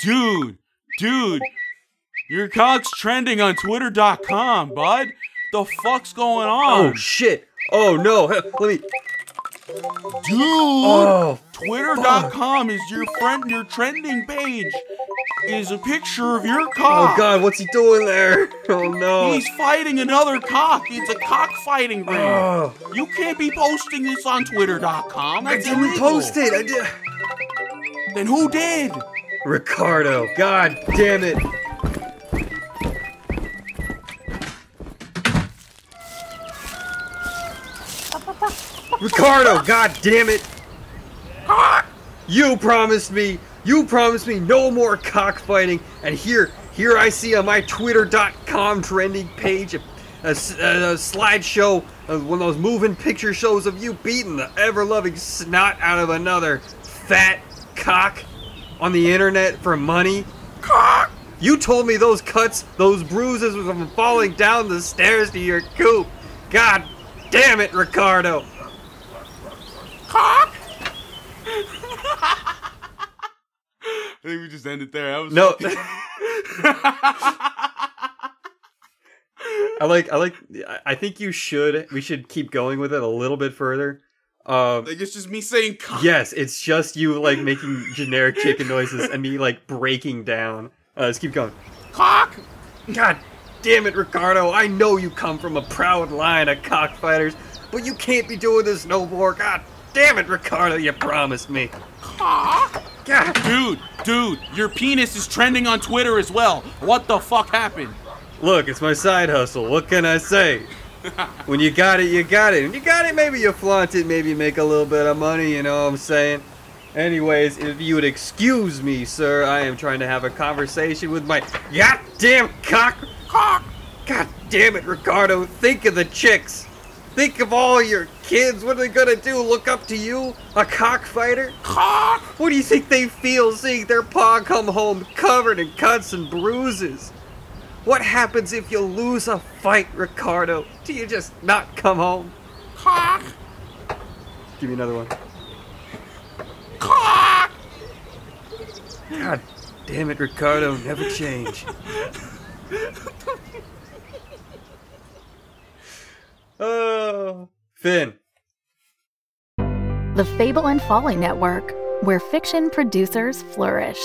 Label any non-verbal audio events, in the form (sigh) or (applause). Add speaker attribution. Speaker 1: Dude, dude, your cock's trending on Twitter.com, bud. The fuck's going
Speaker 2: Oh
Speaker 1: on?
Speaker 2: shit! Oh no! (laughs) Let me.
Speaker 1: dude, Uh,
Speaker 2: Oh,
Speaker 1: Twitter.com is your friend. Your trending page is a picture of your
Speaker 2: oh
Speaker 1: cock.
Speaker 2: god! What's he doing there? (laughs) Oh no!
Speaker 1: He's fighting another cock. It's a cockfighting ring.
Speaker 2: Oh,
Speaker 1: You can't be posting this on Twitter.com.
Speaker 2: I
Speaker 1: That's
Speaker 2: didn't
Speaker 1: illegal.
Speaker 2: post it. I did.
Speaker 1: Then who did?
Speaker 2: Ricardo. God damn it! Ricardo. God damn it! You promised me. You promised me no more cockfighting, and here, here I see on my Twitter.com trending page a, a s- a- a slideshow of one of those moving picture shows of you beating the ever-loving snot out of another fat cock on the internet for money. Cock! You told me those cuts, those bruises were from falling down the stairs to your coop. God damn it, Ricardo!
Speaker 1: I think we just ended there. That was
Speaker 2: No. I like I like I- I think you should we should keep going with it a little bit further. Um
Speaker 1: Like it's just me saying cock.
Speaker 2: yes, it's just you like making generic chicken noises and me like breaking down. Uh just keep going.
Speaker 1: cock.
Speaker 2: God damn it, Ricardo. I know you come from a proud line of cockfighters, but you can't be doing this no more. God damn it, Ricardo, you promised me. God
Speaker 1: Dude, dude, your penis is trending on Twitter as well. What the fuck happened?
Speaker 2: Look, it's my side hustle. What can I say? when you got it, you got it. When you got it, maybe you flaunt it, maybe you make a little bit of money, you know what I'm saying? Anyways, if you would excuse me, sir, I am trying to have a conversation with my goddamn cock. Cock! God damn it, Ricardo. Think of the chicks. Think of all your kids. What are they gonna do? Look up to you? A cockfighter?
Speaker 1: Cock.
Speaker 2: What do you think they feel seeing their pa come home covered in cuts and bruises? What happens if you lose a fight, Ricardo? Do you just not come home?
Speaker 1: Cock.
Speaker 2: Give me another one.
Speaker 1: Cock.
Speaker 2: God damn it, Ricardo, never (laughs) change. oh, Finn.
Speaker 3: The Fable and Folly Network, where fiction producers flourish.